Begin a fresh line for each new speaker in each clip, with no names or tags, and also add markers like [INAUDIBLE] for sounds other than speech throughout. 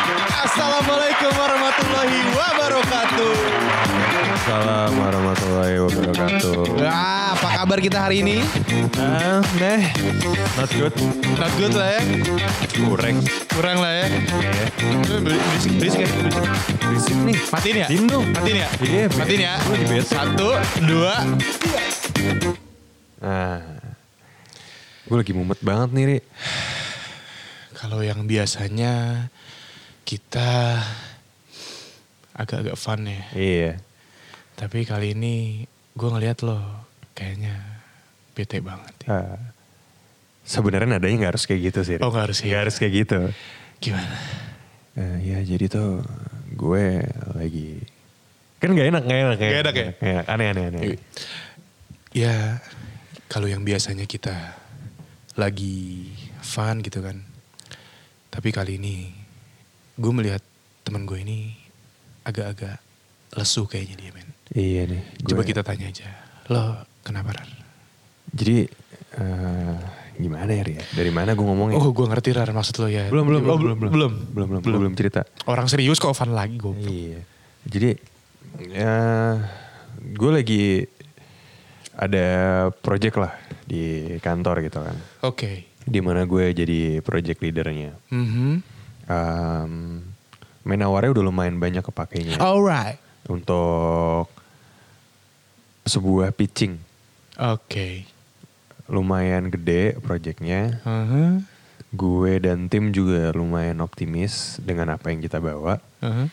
Assalamualaikum warahmatullahi wabarakatuh.
Salam warahmatullahi wabarakatuh.
Wah, Ah, apa kabar kita hari ini?
Ah, meh. Not good.
Not good lah ya,
Kurang.
kurang lah ya.
Iya.
Eh, beri- Berisik, berisik ya. berisik.
Berisik nih.
Matiin ya,
Dim dong.
matiin ya.
Iya,
Matiin ya.
Gue di bed.
Satu, dua.
Nah. Gue lagi mumet banget nih, Ri.
Kalau yang biasanya kita agak-agak fun ya.
Iya.
Tapi kali ini gue ngeliat lo kayaknya bete banget. ya.
Ah. Sebenarnya nadanya nggak harus kayak gitu sih. Ri.
Oh, nggak harus ya.
Nggak harus kayak gitu.
Gimana?
Eh, ya jadi tuh gue lagi kan nggak enak nggak enak
Nggak enak ya?
Nggak enak. aneh aneh aneh
Ya, kalau yang biasanya kita lagi fun gitu kan. Tapi kali ini gue melihat teman gue ini agak-agak lesu kayaknya dia men.
iya nih gue-
Coba kita tanya aja. Lo kenapa Rar?
jadi eh, gimana ya Ri ya? dari mana gue ngomongnya
Oh gue ngerti Rar maksud lo ya.
belum belum
Oh,
Eh, belum belum
belum.
belum belum gua belum cerita
Orang serius kok fun lagi gue.
iya jadi ya gue lagi ada project lah di kantor gitu kan
Oke.
di mana gue jadi project leadernya
Mhm.
um, main awarnya udah lumayan banyak kepakainya
Alright.
untuk sebuah pitching
Oke.
lumayan gede projectnya
Aha,
gue dan tim juga lumayan optimis dengan apa yang kita bawa
aha.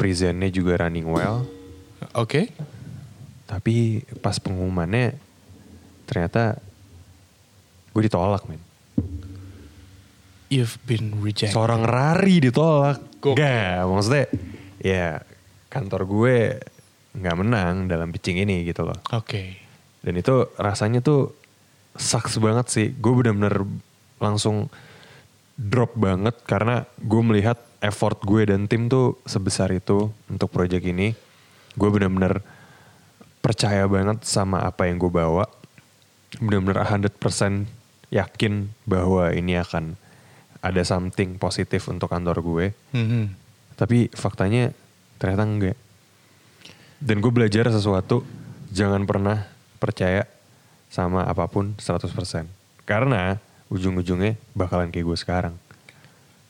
presentnya juga running well
Oke.
Tapi pas pengumumannya ternyata gue ditolak men.
You've been rejected.
Seorang Rari ditolak.
Ya. Gokil.
Gak, maksudnya ya kantor gue nggak menang dalam pitching ini gitu loh.
Oke.
Dan itu rasanya tuh sucks banget sih. Gue bener-bener langsung drop banget karena gue melihat effort gue dan tim tuh sebesar itu untuk project ini. Gue bener-bener percaya banget sama apa yang gue bawa. Bener-bener 100% yakin bahwa ini akan ada something positif untuk kantor gue.
Mhm.
Tapi faktanya ternyata enggak. Dan gue belajar sesuatu, jangan pernah percaya sama apapun 100%. Karena ujung-ujungnya bakalan kayak gue sekarang.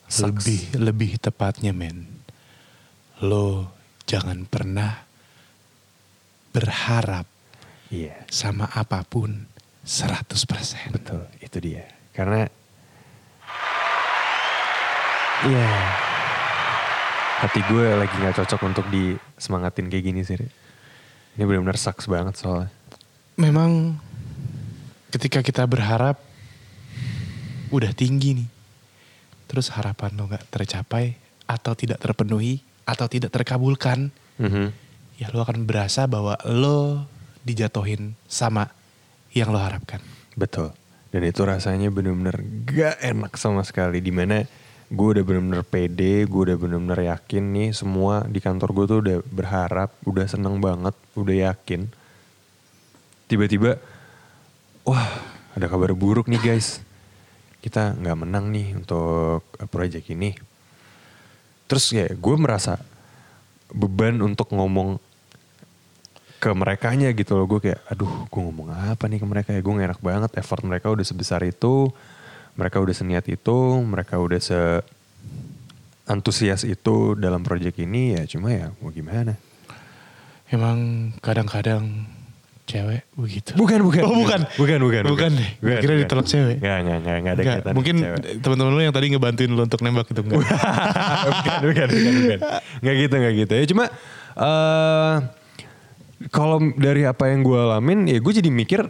Sucks.
Lebih lebih tepatnya men. Lo jangan pernah berharap
Iya,
sama apapun 100%.
betul. Itu dia. Karena... Iya. Hati gue lagi gak cocok untuk disemangatin kayak gini sih. Ri. Ini benar-benar sucks banget soalnya.
Memang ketika kita berharap udah tinggi nih. Terus harapan lo gak tercapai atau tidak terpenuhi atau tidak terkabulkan. Ya lo akan berasa bahwa lo dijatuhin sama yang lo harapkan.
Betul. Dan itu rasanya bener-bener gak enak sama sekali. Dimana gue udah bener-bener pede, gue udah bener-bener yakin nih semua di kantor gue tuh udah berharap, udah seneng banget, udah yakin. Tiba-tiba, wah ada kabar buruk nih guys. Kita nggak menang nih untuk eh, project ini. Terus ya gue merasa beban untuk ngomong ke merekanya gitu loh gue kayak aduh gue ngomong apa nih ke mereka ya gue gak enak banget effort mereka udah sebesar itu mereka udah seniat itu mereka udah se antusias itu dalam project ini ya cuma ya mau gimana
Emang kadang-kadang cewek begitu.
bukan bukan
Oh, bukan.
bukan bukan
Bukan deh. Gua kira ditolak cewek.
nggak nggak nggak nggak ada
Nggak,
kaitan
mungkin
cewek.
teman-teman lu yang tadi ngebantuin lu untuk nembak itu enggak.
[LAUGHS] bukan, bukan, bukan, bukan. Nggak gitu, nggak gitu. Ya cuma eh kalau dari apa yang gue alamin, ya gue jadi mikir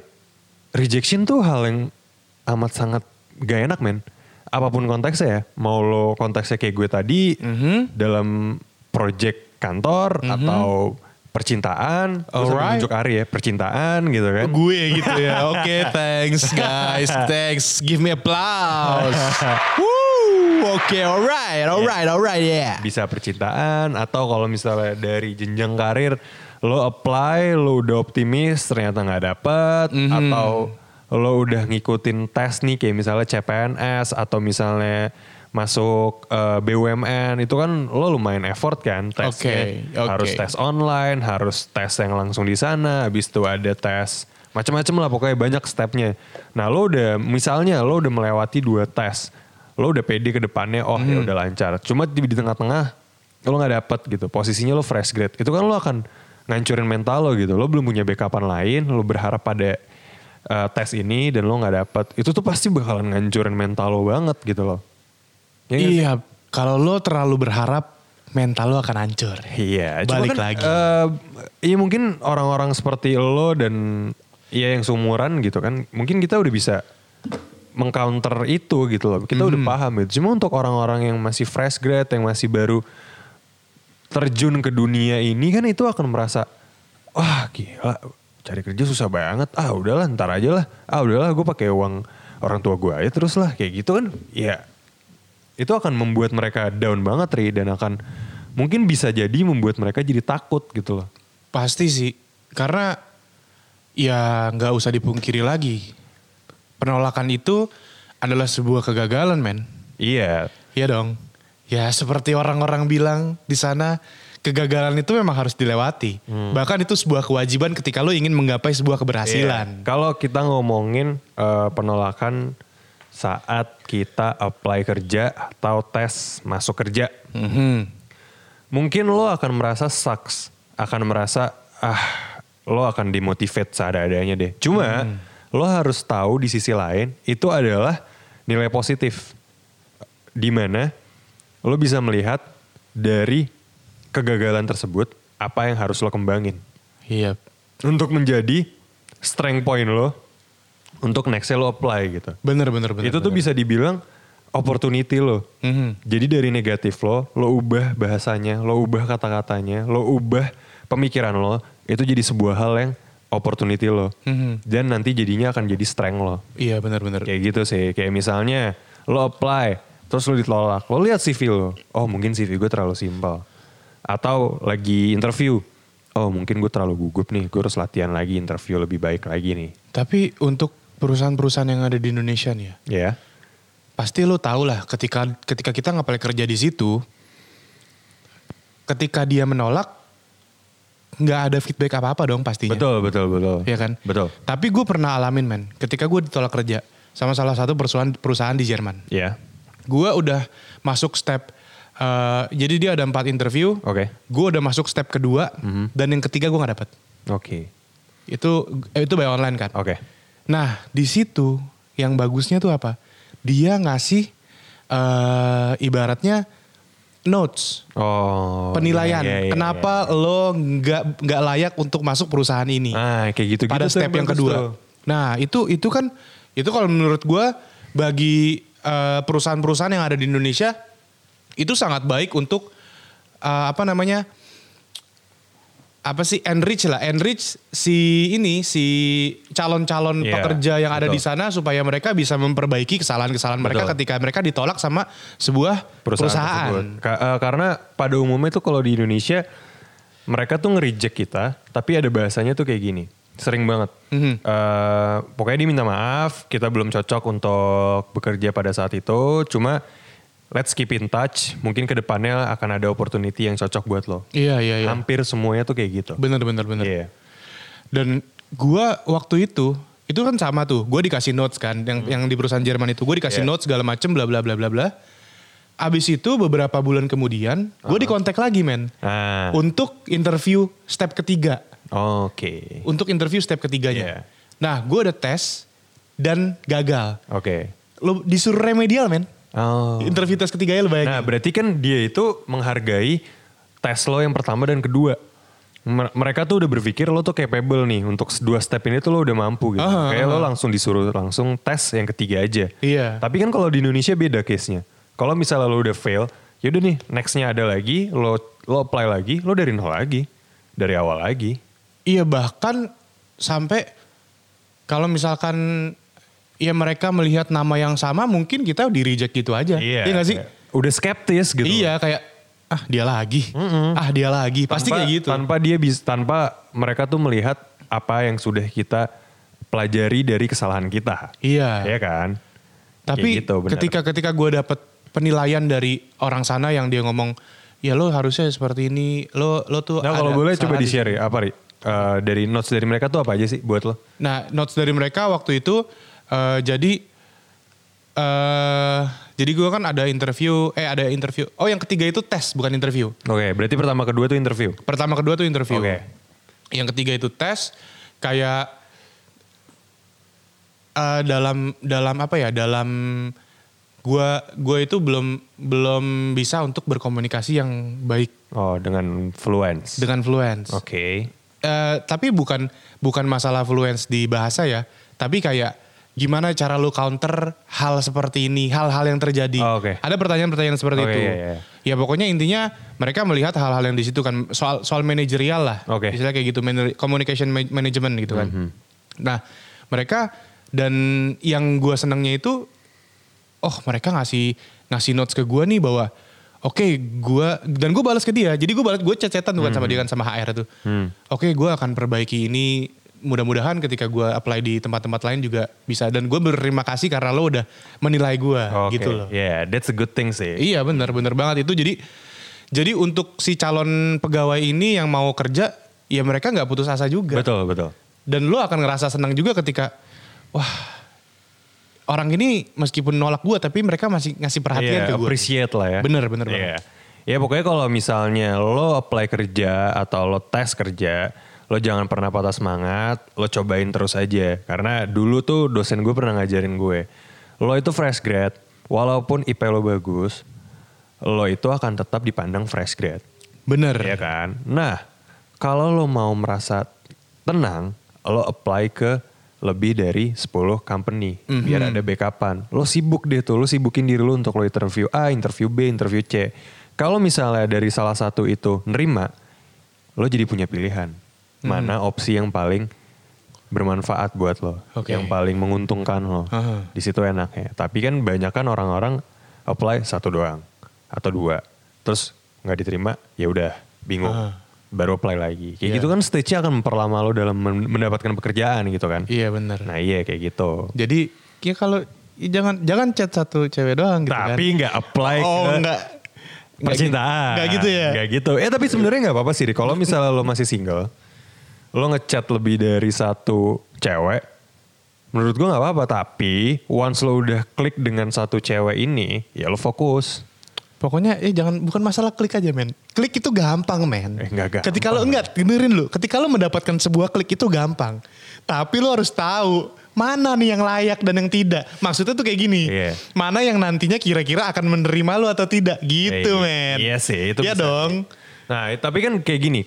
rejection tuh hal yang amat sangat gak enak, men. Apapun konteksnya ya, mau lo konteksnya kayak gue tadi
Mhm.
dalam project kantor atau percintaan, gue sambil
Alright.
nunjuk Ari ya, percintaan gitu kan.
Gue gitu ya. Oke, thanks
[LAUGHS]
guys. Thanks. Give me applause. Woo. Oke, alright. Alright, alright, yeah.
bisa percintaan atau kalau misalnya dari jenjang karir lo apply lo udah optimis ternyata nggak dapet atau lo udah ngikutin tes nih kayak misalnya CPNS atau misalnya masuk eh, BUMN itu kan lo lumayan effort kan tesnya.
Oke, oke.
Harus tes online, harus tes yang langsung di sana, habis itu ada tes macam-macam lah pokoknya banyak stepnya. Nah lo udah misalnya lo udah melewati dua tes, lo udah pede ke depannya, oh
Hmm.
ya udah lancar. Cuma di, di tengah-tengah lo nggak dapet gitu, posisinya lo fresh grade, itu kan lo akan ngancurin mental lo gitu. Lo belum punya backupan lain, lo berharap pada eh, tes ini dan lo nggak dapet, itu tuh pasti bakalan ngancurin mental lo banget gitu loh. Ya nggak sih?
Iya, kalau lo terlalu berharap mental lo akan hancur.
Iya, cuma
balik
kan,
lagi.
eh, iya mungkin orang-orang seperti lo dan ya yang seumuran gitu kan, mungkin kita udah bisa mengcounter itu gitu loh. Kita
Hmm.
udah paham gitu. Cuma untuk orang-orang yang masih fresh grad, yang masih baru terjun ke dunia ini kan itu akan merasa wah gila cari kerja susah banget ah udahlah ntar aja lah ah udahlah gue pakai uang orang tua gue aja terus lah kayak gitu kan ya itu akan membuat mereka down banget Ri dan akan mungkin bisa jadi membuat mereka jadi takut gitu loh
Pasti sih, karena ya nggak usah dipungkiri lagi. Penolakan itu adalah sebuah kegagalan, men.
iya
Iya dong. Ya seperti orang-orang bilang di sana, kegagalan itu memang harus dilewati.
Hmm.
Bahkan itu sebuah kewajiban ketika lo ingin menggapai sebuah
Iya.
keberhasilan.
Kalau kita ngomongin eh, penolakan saat kita apply kerja atau tes masuk kerja,
Mhm.
mungkin lo akan merasa sucks, akan merasa ah lo akan dimotivate seada-adanya deh. Cuma lo harus tahu di sisi lain itu adalah nilai positif. Di mana lo bisa melihat dari kegagalan tersebut apa yang harus lo kembangin
Iya.
untuk menjadi strength point lo untuk nextnya lo apply gitu.
Bener, bener, bener.
itu tuh bisa dibilang opportunity lo.
Mhm.
Jadi dari negatif lo, lo ubah bahasanya, lo ubah kata-katanya, lo ubah pemikiran lo, itu jadi sebuah hal yang opportunity lo.
Mhm.
Dan nanti jadinya akan jadi strength lo.
Iya bener, bener.
Kayak gitu sih. Kayak misalnya lo apply, terus lo ditolak. Lo lihat CV lo. Oh mungkin CV gue terlalu simpel. Atau lagi interview. Oh mungkin gue terlalu gugup nih. Gue harus latihan lagi interview lebih baik lagi nih.
Tapi untuk perusahaan-perusahaan yang ada di Indonesia nih ya,
Ya.
pasti lo tau lah ketika ketika kita ngapain kerja di situ, ketika dia menolak, nggak ada feedback apa-apa dong pastinya.
Betul, betul, betul.
Iya kan?
Betul.
Tapi gue pernah alamin men, ketika gue ditolak kerja sama salah satu perusahaan perusahaan di Jerman.
Ya.
Gue udah masuk step, eh, jadi dia ada empat interview,
Oke.
gue udah masuk step kedua,
Mhm.
dan yang ketiga gue nggak dapet.
Oke.
Itu eh, itu by online kan?
Oke.
Nah, di situ yang bagusnya tuh apa? Dia ngasih eh ibaratnya notes,
Oh.
penilaian.
iya, iya, iya.
Kenapa lo nggak nggak layak untuk masuk perusahaan ini?
Ah, kayak gitu-gitu.
pada
tuh
step yang
bagus
kedua.
tuh.
Nah, itu itu kan itu kalau menurut gua bagi eh, perusahaan-perusahaan yang ada di Indonesia itu sangat baik untuk eh, apa namanya? apa sih enrich lah enrich si ini si calon-calon
Iya,
pekerja yang ada
betul.
di sana supaya mereka bisa memperbaiki kesalahan-kesalahan mereka
Betul.
ketika mereka ditolak sama sebuah perusahaan.
perusahaan. tersebut. Ka- eh, karena pada umumnya tuh kalau di Indonesia mereka tuh nge-reject kita, tapi ada bahasanya tuh kayak gini. Sering banget.
Mhm.
Eh, pokoknya dia minta maaf, kita belum cocok untuk bekerja pada saat itu, cuma let's keep in touch, mungkin kedepannya akan ada opportunity yang cocok buat lo.
Iya iya iya.
Hampir semuanya tuh kayak gitu.
Bener bener bener.
Iya.
Dan gua waktu itu itu kan sama tuh, gue dikasih notes kan,
Hmm.
yang yang di perusahaan Jerman itu gue dikasih
Yeah.
notes segala macem, bla bla bla bla bla. Abis itu beberapa bulan kemudian,
Uh-huh.
gue dikontak lagi men,
Ah,
untuk interview step ketiga,
Oke.
untuk interview step
Yeah.
ketiganya. Nah, gue ada tes dan gagal.
Oke.
Lo disuruh remedial men,
Oh.
interview tes ketiganya lo
Nah,
bayangin.
berarti kan dia itu menghargai tes lo yang pertama dan kedua. Mer- Mereka tuh udah berpikir lo tuh capable nih untuk dua step ini tuh lo udah mampu gitu.
Aha,
Kayak lo langsung disuruh langsung tes yang ketiga aja.
Iya.
Tapi kan kalau di Indonesia beda case-nya. Kalau misalnya lo udah fail, yaudah nih next-nya ada lagi, lo lo apply lagi, lo dari nol lagi, dari awal lagi.
Iya bahkan sampai kalau misalkan ya mereka melihat nama yang sama mungkin kita di reject gitu aja. Iya gak sih?
kayak Udah skeptis gitu.
Iya kayak ah dia lagi, ah dia lagi, pasti
Tanpa-
kayak gitu.
Tanpa dia bis, tanpa mereka tuh melihat apa yang sudah kita pelajari dari kesalahan kita.
Iya.
Iya kan?
Tapi
Kayak gitu, benar.
ketika ketika gue dapet penilaian dari orang sana yang dia ngomong, ya lo harusnya seperti ini, lo lo tuh.
Nah, kalau
ada
boleh coba
salah
di share ya, apa Ri? Eh, dari notes dari mereka tuh apa aja sih buat lo?
Nah, notes dari mereka waktu itu eh, jadi eh jadi gue kan ada interview, eh ada interview. Oh, yang ketiga itu tes bukan interview.
Oke, berarti pertama kedua tuh interview.
Pertama kedua tuh interview.
Oke.
Yang ketiga itu tes kayak eh, dalam dalam apa ya? Dalam gua gua itu belum belum bisa untuk berkomunikasi yang baik
Oh, dengan fluence. Oke.
dengan fluence. Eh, tapi bukan bukan masalah fluence di bahasa ya, tapi kayak gimana cara lu counter hal seperti ini, hal-hal yang terjadi.
Oh, oke.
Ada pertanyaan-pertanyaan seperti
Oke,
itu.
iya, iya.
Ya pokoknya intinya mereka melihat hal-hal yang di situ kan soal soal manajerial lah.
Oke. Mhm.
Misalnya kayak gitu manaj- communication ma- management gitu kan. Nah, mereka dan yang gua senangnya itu oh mereka ngasih ngasih notes ke gua nih bahwa oke gua dan gue balas ke dia jadi gue balas gue cecetan tuh kan sama dia kan sama HR tuh oke gua akan perbaiki ini mudah-mudahan ketika gua apply di tempat-tempat lain juga bisa dan gue berterima kasih karena lo udah menilai gua
Oke.
gitu loh
Yeah, that's a good thing sih.
iya bener bener banget itu jadi jadi untuk si calon pegawai ini yang mau kerja ya mereka nggak putus asa juga
Betul, betul.
dan lo akan ngerasa senang juga ketika wah orang ini meskipun nolak gue tapi mereka masih ngasih perhatian
Iya,
ke gue
appreciate lah ya.
Bener, bener
Iya. Ya pokoknya kalau misalnya lo apply kerja atau lo tes kerja, lo jangan pernah patah semangat, lo cobain terus aja. Karena dulu tuh dosen gue pernah ngajarin gue, lo itu fresh grad, walaupun IP lo bagus, lo itu akan tetap dipandang fresh grad.
bener
Iya kan? Nah, kalau lo mau merasa tenang, lo apply ke lebih dari 10 company
Mhm.
biar ada backupan. Lo sibuk deh tuh, lo sibukin diri lo untuk lo interview A, interview B, interview C. Kalau misalnya dari salah satu itu nerima, lo jadi punya pilihan.
Mhm.
Mana opsi yang paling bermanfaat buat lo,
Oke.
yang paling menguntungkan lo.
Aha.
Di situ enaknya. Tapi kan banyak kan orang-orang apply satu doang atau dua. Terus nggak diterima, ya udah bingung.
Ah. Iya.
Baru apply lagi. Kayak gitu kan stage-nya akan memperlama lo dalam men- mendapatkan pekerjaan gitu kan.
iya bener
Nah iya kayak gitu.
jadi ya kalau ya jangan jangan chat satu cewek doang gitu
Tapi nggak
kan
apply
oh
ke
enggak
percintaan.
enggak gitu ya
Enggak gitu. Eh tapi sebenarnya nggak apa-apa sih. Ri. Kalau misalnya lo masih single, lo ngechat lebih dari satu cewek, menurut gue nggak apa-apa. Tapi once lo udah klik dengan satu cewek ini, ya lo fokus.
Pokoknya eh jangan bukan masalah klik aja men. Klik itu gampang men.
Eh, nggak gampang.
Ketika lo enggak dengerin lo, ketika lo mendapatkan sebuah klik itu gampang. Tapi lo harus tahu mana nih yang layak dan yang tidak. Maksudnya tuh kayak gini.
Iya.
Mana yang nantinya kira-kira akan menerima lo atau tidak gitu
Eh,
men.
Iya sih, itu
Iya
bisa.
dong.
Nah, tapi kan kayak gini,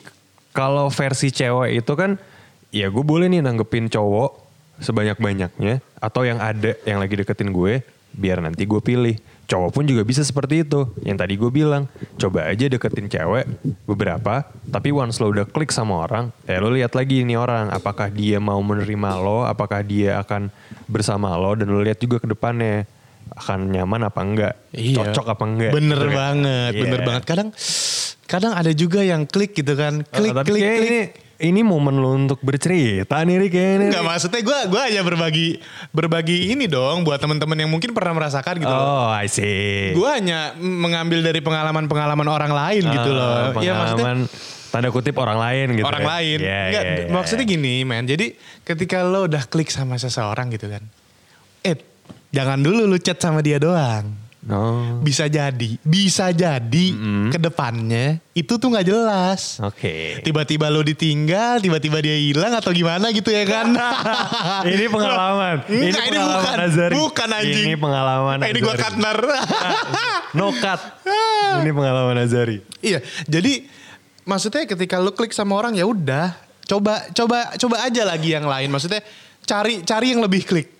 kalau versi cewek itu kan, ya gue boleh nih nanggepin cowok sebanyak-banyaknya, atau yang ada yang lagi deketin gue, biar nanti gue pilih. Cowok pun juga bisa seperti itu, yang tadi gue bilang, coba aja deketin cewek beberapa, tapi once lo udah klik sama orang, ya lo lihat lagi ini orang, apakah dia mau menerima lo, apakah dia akan bersama lo, dan lo lihat juga ke depannya akan nyaman apa enggak,
Iya.
cocok apa enggak.
Bener
gitu kan.
banget,
Iya.
bener banget. Kadang kadang ada juga yang klik gitu kan. Klik,
Oh, Eh, tapi
klik,
kayaknya
klik.
Ini, ini momen lu untuk bercerita nih Rik kayaknya. nih.
Enggak maksudnya gue gua aja berbagi berbagi ini dong buat teman-teman yang mungkin pernah merasakan gitu. loh.
Oh I see.
Gue hanya mengambil dari pengalaman-pengalaman orang lain gitu
Ah,
loh. Ya, maksudnya
Pengalaman tanda kutip orang lain gitu.
orang
ya.
lain.
Iya,
Nggak,
iya, iya.
maksudnya gini men. Jadi ketika lo udah klik sama seseorang gitu kan. Eh jangan dulu lu chat sama dia doang.
Oh,
Bisa jadi. Bisa jadi ke depannya itu tuh nggak jelas.
Oke.
[LAUGHS] Tiba-tiba lo ditinggal, tiba-tiba dia hilang atau gimana gitu ya kan.
[LAUGHS] ini pengalaman.
Enggak, ini,
pengalaman
bukan.
Azhari.
Bukan anjing.
Ini pengalaman
Eh, Ini gue
Azhari.
Katner.
[LAUGHS] No cut. ini pengalaman Azari.
Iya, jadi maksudnya ketika lu klik sama orang ya udah, coba coba coba aja lagi yang lain. Maksudnya cari cari yang lebih klik.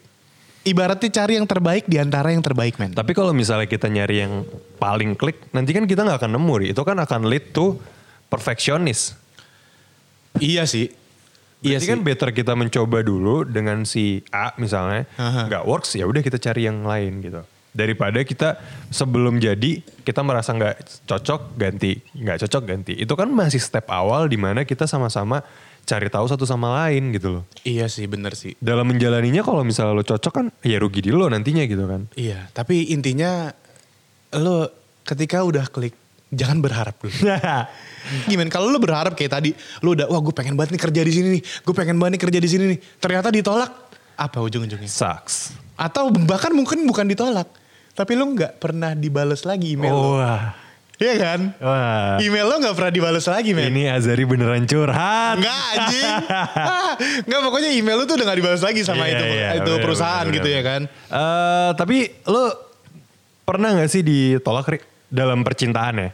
Ibaratnya cari yang terbaik di antara yang terbaik, men.
Tapi kalau misalnya kita nyari yang paling klik, nanti kan kita nggak akan nemu. Ri. Itu kan akan lead to perfeksionis.
Iya sih.
Iya kan better kita mencoba dulu dengan si A misalnya
Aha.
nggak works ya udah kita cari yang lain gitu daripada kita sebelum jadi kita merasa nggak cocok ganti nggak cocok ganti itu kan masih step awal dimana kita sama-sama cari tahu satu sama lain gitu loh.
Iya sih bener sih.
Dalam menjalaninya kalau misalnya lo cocok kan ya rugi di lo nantinya gitu
[LAUGHS]
kan.
Iya, tapi intinya lo ketika udah klik jangan berharap dulu. [LAUGHS] Gimana kalau lo berharap kayak tadi, lo udah wah gue pengen banget nih kerja di sini nih, gue pengen banget nih kerja di sini nih. Ternyata ditolak, apa ujung-ujungnya?
Sucks.
Atau bahkan mungkin bukan ditolak, tapi lo nggak pernah dibales lagi email lo.
Wah.
Iya kan?
Oh. Wah.
Email lo nggak pernah dibales lagi, men.
Ini Azari beneran curhat.
Enggak
[LAUGHS]
anjing. Ah, Enggak pokoknya email lu tuh udah gak dibahas lagi sama
Iya,
itu
iya,
itu
bener,
perusahaan
bener,
gitu
bener.
ya kan.
Eh, tapi lo pernah gak sih ditolak Ri, dalam percintaan ya?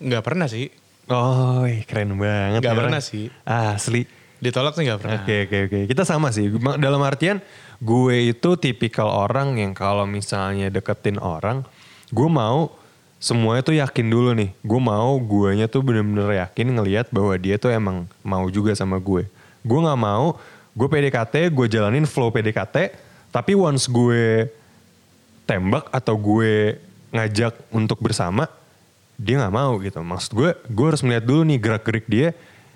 Enggak pernah sih.
Oh, ih, keren banget.
iya. Nggak
nih
pernah
orang.
sih.
Asli.
Ditolak sih enggak pernah.
Oke, oke, oke. Kita sama sih. Ma- Dalam artian gue itu tipikal orang yang kalau misalnya deketin orang, gue mau semuanya tuh yakin dulu nih. Gue mau guanya tuh bener-bener yakin ngelihat bahwa dia tuh emang mau juga sama gue. Gue gak mau, gue PDKT, gue jalanin flow PDKT, tapi once gue tembak atau gue ngajak untuk bersama dia nggak mau gitu maksud gue gue harus melihat dulu nih gerak gerik dia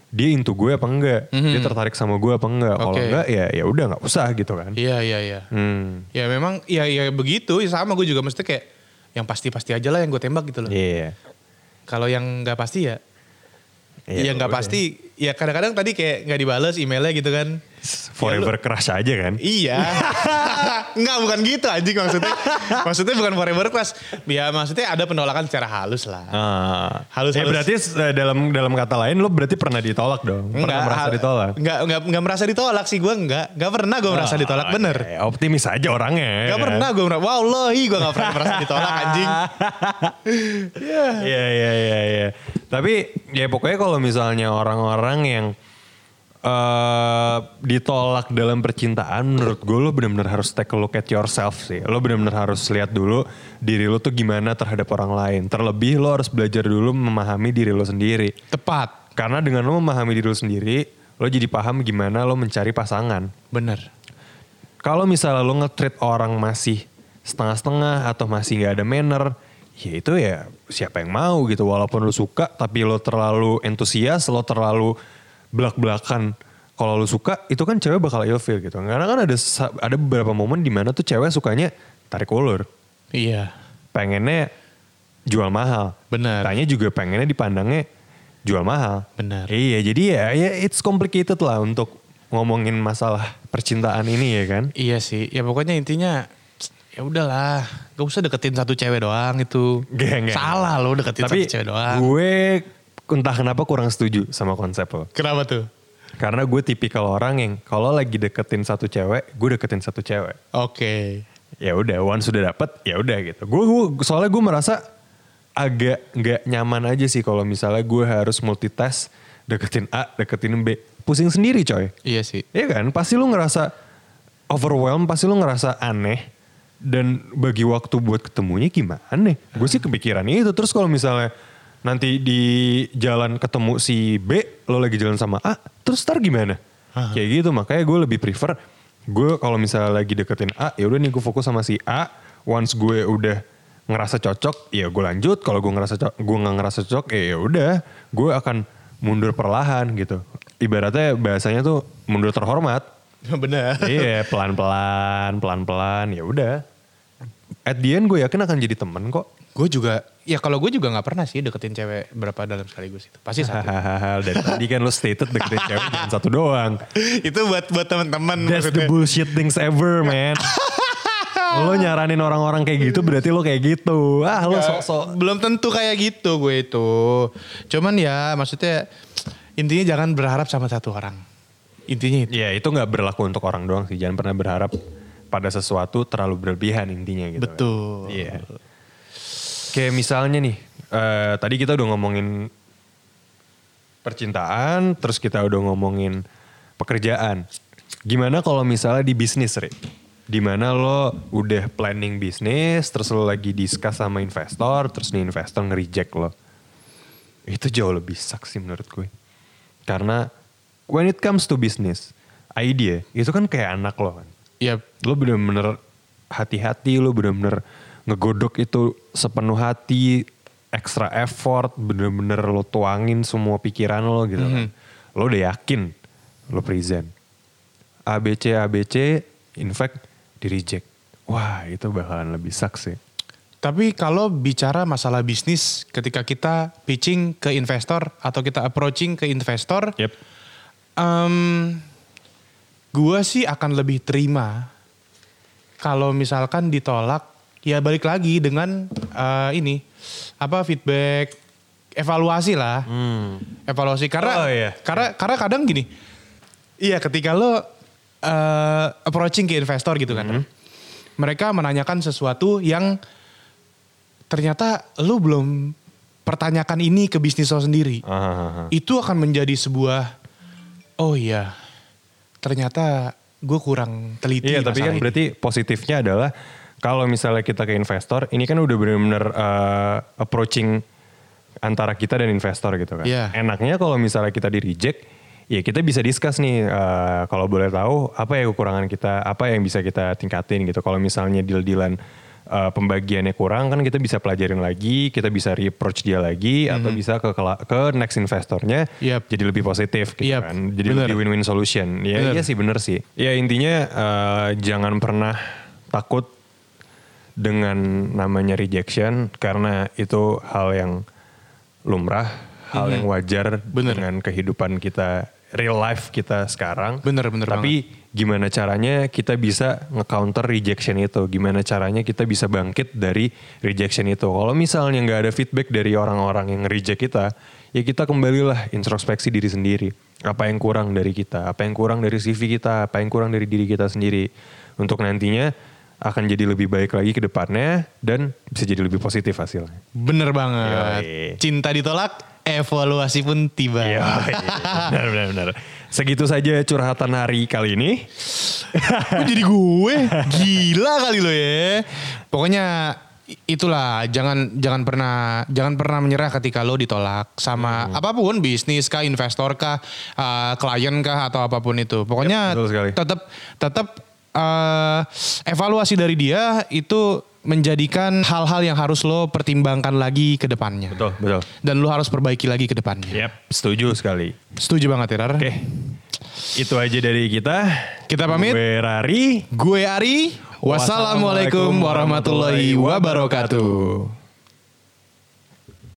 dia into gue apa enggak dia tertarik sama gue apa enggak
Mhm.
kalau
Oke.
enggak ya ya udah nggak usah gitu kan
Iya iya iya.
hmm
Ya memang ya ya begitu ya sama gue juga mesti kayak yang pasti-pasti aja lah yang gue tembak gitu loh.
iya
Kalau yang nggak pasti ya ya
Iya,
nggak
udah.
pasti ya kadang-kadang tadi kayak nggak dibales emailnya gitu kan.
forever crush aja kan
[LAUGHS] Iya. Enggak bukan gitu anjing maksudnya. maksudnya bukan forever class. Ya maksudnya ada penolakan secara halus lah.
Ah.
Halus,
Eh,
halus.
berarti eh, dalam dalam kata lain lo berarti pernah ditolak dong pernah merasa
hal-
ditolak
Enggak, enggak, enggak merasa ditolak sih gue enggak. Enggak pernah gue merasa
Ah,
ditolak bener.
ya, optimis aja orangnya ya
Enggak
kan?
pernah gue merasa, wow lohi gue enggak pernah merasa ditolak anjing. Iya.
[LAUGHS] Iya iya iya iya. Tapi ya pokoknya kalau misalnya orang-orang yang eh ditolak dalam percintaan menurut gue lo bener-bener harus take a look at yourself sih. Lo bener-bener harus lihat dulu diri lo tuh gimana terhadap orang lain. Terlebih lo harus belajar dulu memahami diri lo sendiri.
[LAUGHS] Tepat.
Karena dengan lo memahami diri lo sendiri, lo jadi paham gimana lo mencari pasangan
Bener.
kalau misalnya lo nge-treat orang masih setengah-setengah atau masih nggak ada manner, ya itu ya siapa yang mau gitu. Walaupun lo suka, tapi lo terlalu entusias, lo terlalu belak-belakan. Kalau lo suka, itu kan cewek bakal ilfil gitu. Karena kan ada sa- ada beberapa momen di mana tuh cewek sukanya tarik ulur,
Iya.
pengennya jual mahal.
Bener.
Tanya juga pengennya dipandangnya jual mahal.
Bener.
Iya, jadi ya, ya it's complicated lah untuk ngomongin masalah percintaan ini ya kan.
Iya sih. Ya pokoknya intinya ya udahlah. Gak usah deketin satu cewek doang itu.
Gak, gak.
Salah lo deketin
Tapi
satu cewek doang.
gue entah kenapa kurang setuju sama konsep lo.
Kenapa tuh?
Karena gue tipikal orang yang kalau lagi deketin satu cewek, gue deketin satu cewek.
Oke.
Ya udah, one sudah dapet, ya udah gitu. Gue, gue- soalnya gue merasa agak nggak nyaman aja sih kalau misalnya gue harus multitask deketin A, deketin B. Pusing sendiri coy.
Iya sih.
Iya kan, pasti lu ngerasa overwhelmed, pasti lu ngerasa aneh. Dan bagi waktu buat ketemunya gimana? Gue sih kepikiran itu. Terus kalau misalnya nanti di jalan ketemu si B, lo lagi jalan sama A, terus ntar gimana?
Hah.
Kayak gitu, makanya gue lebih prefer, gue kalau misalnya lagi deketin A, ya udah nih gue fokus sama si A. Once gue udah ngerasa cocok, ya gue lanjut. Kalau gue ngerasa cocok, gue nggak ngerasa cocok, ya udah, gue akan mundur perlahan gitu. Ibaratnya bahasanya tuh mundur terhormat
[LAUGHS] Bener.
iya pelan-pelan pelan-pelan ya udah at the end gue yakin akan jadi temen kok
Gue juga, ya kalau gue juga nggak pernah sih deketin cewek berapa dalam sekaligus itu. Pasti satu. [LAUGHS]
hahaha dari tadi kan lo stated deketin cewek jangan satu doang
itu buat buat teman-teman
that's the bullshit things ever man lo nyaranin orang-orang kayak gitu berarti lo kayak gitu ah lo sok-sok
belum tentu kayak gitu gue itu cuman ya maksudnya intinya jangan berharap sama satu orang intinya itu
ya itu nggak berlaku untuk orang doang sih jangan pernah berharap pada sesuatu terlalu berlebihan intinya gitu kan.
betul
Iya. Kayak misalnya nih, eh, tadi kita udah ngomongin percintaan, terus kita udah ngomongin pekerjaan. Gimana kalau misalnya di bisnis, Ri? Dimana lo udah planning bisnis, terus lo lagi discuss sama investor, terus nih investor nge-reject lo. Itu jauh lebih saksi menurut gue. Karena when it comes to business, idea, itu kan kayak anak lo kan
ya
lo bener-bener hati-hati, lo bener-bener ngegodok itu sepenuh hati, extra effort, bener-bener lo tuangin semua pikiran lo gitu kan. Lo udah yakin lo present. ABC ABC in fact di reject. Wah, itu bakalan lebih sucks sih.
Tapi kalau bicara masalah bisnis, ketika kita pitching ke investor atau kita approaching ke investor,
Yep.
em, gua sih akan lebih terima kalau misalkan ditolak, ya balik lagi dengan eh, ini apa feedback evaluasi lah, Hmm. evaluasi karena
Hmm. Oh, iya.
karena karena kadang gini, iya ketika lo eh, approaching ke investor gitu kan,
Hmm.
mereka menanyakan sesuatu yang ternyata lu belum pertanyakan ini ke bisnis lo sendiri.
Ah,
Itu akan menjadi sebuah oh iya. Ternyata gue kurang teliti
Iya, tapi
masalah
kan
ini.
berarti positifnya adalah kalau misalnya kita ke investor, ini kan udah benar-benar eh, approaching antara kita dan investor gitu kan.
Iya.
Enaknya kalau misalnya kita di reject, ya kita bisa discuss nih eh, kalau boleh tahu apa ya kekurangan kita, apa yang bisa kita tingkatin gitu. Kalau misalnya deal-dealan eh, pembagiannya kurang kan kita bisa pelajarin lagi, kita bisa reproach dia lagi atau bisa ke kela- ke next investornya
Mhm. Yap.
jadi lebih positif gitu
Yap,
kan. Jadi
bener.
lebih win-win solution. Ya
Bener.
iya sih bener sih. Ya intinya eh, jangan pernah takut dengan namanya rejection karena itu hal yang lumrah, hal yang wajar
Iya. Bener.
dengan kehidupan kita real life kita sekarang.
Bener, bener
Tapi gimana caranya kita bisa nge-counter rejection itu? Gimana caranya kita bisa bangkit dari rejection itu? Kalau misalnya nggak ada feedback dari orang-orang yang reject kita, ya kita kembalilah introspeksi diri sendiri. Apa yang kurang dari kita? Apa yang kurang dari CV kita? Apa yang kurang dari diri kita sendiri? Untuk nantinya akan jadi lebih baik lagi ke depannya dan bisa jadi lebih positif hasilnya.
Bener banget.
Yoi.
Cinta ditolak, evaluasi pun tiba.
Iya, benar, benar, benar. Segitu saja curhatan hari kali ini.
Kok jadi gue? Gila kali lo ya. Pokoknya i- itulah jangan jangan pernah jangan pernah menyerah ketika lo ditolak sama
Hmm.
apapun bisnis kah investor kah eh, klien kah atau apapun itu pokoknya
Yep, betul sekali.
tetap tetap eh, evaluasi dari dia itu menjadikan hal-hal yang harus lo pertimbangkan lagi ke depannya
Betul, betul.
dan lo harus perbaiki lagi ke depannya
Yap, setuju sekali.
setuju banget ya, Tirar
Oke, itu aja dari kita.
Kita pamit.
Gue Rari.
gue Ari wassalamualaikum warahmatullahi wabarakatuh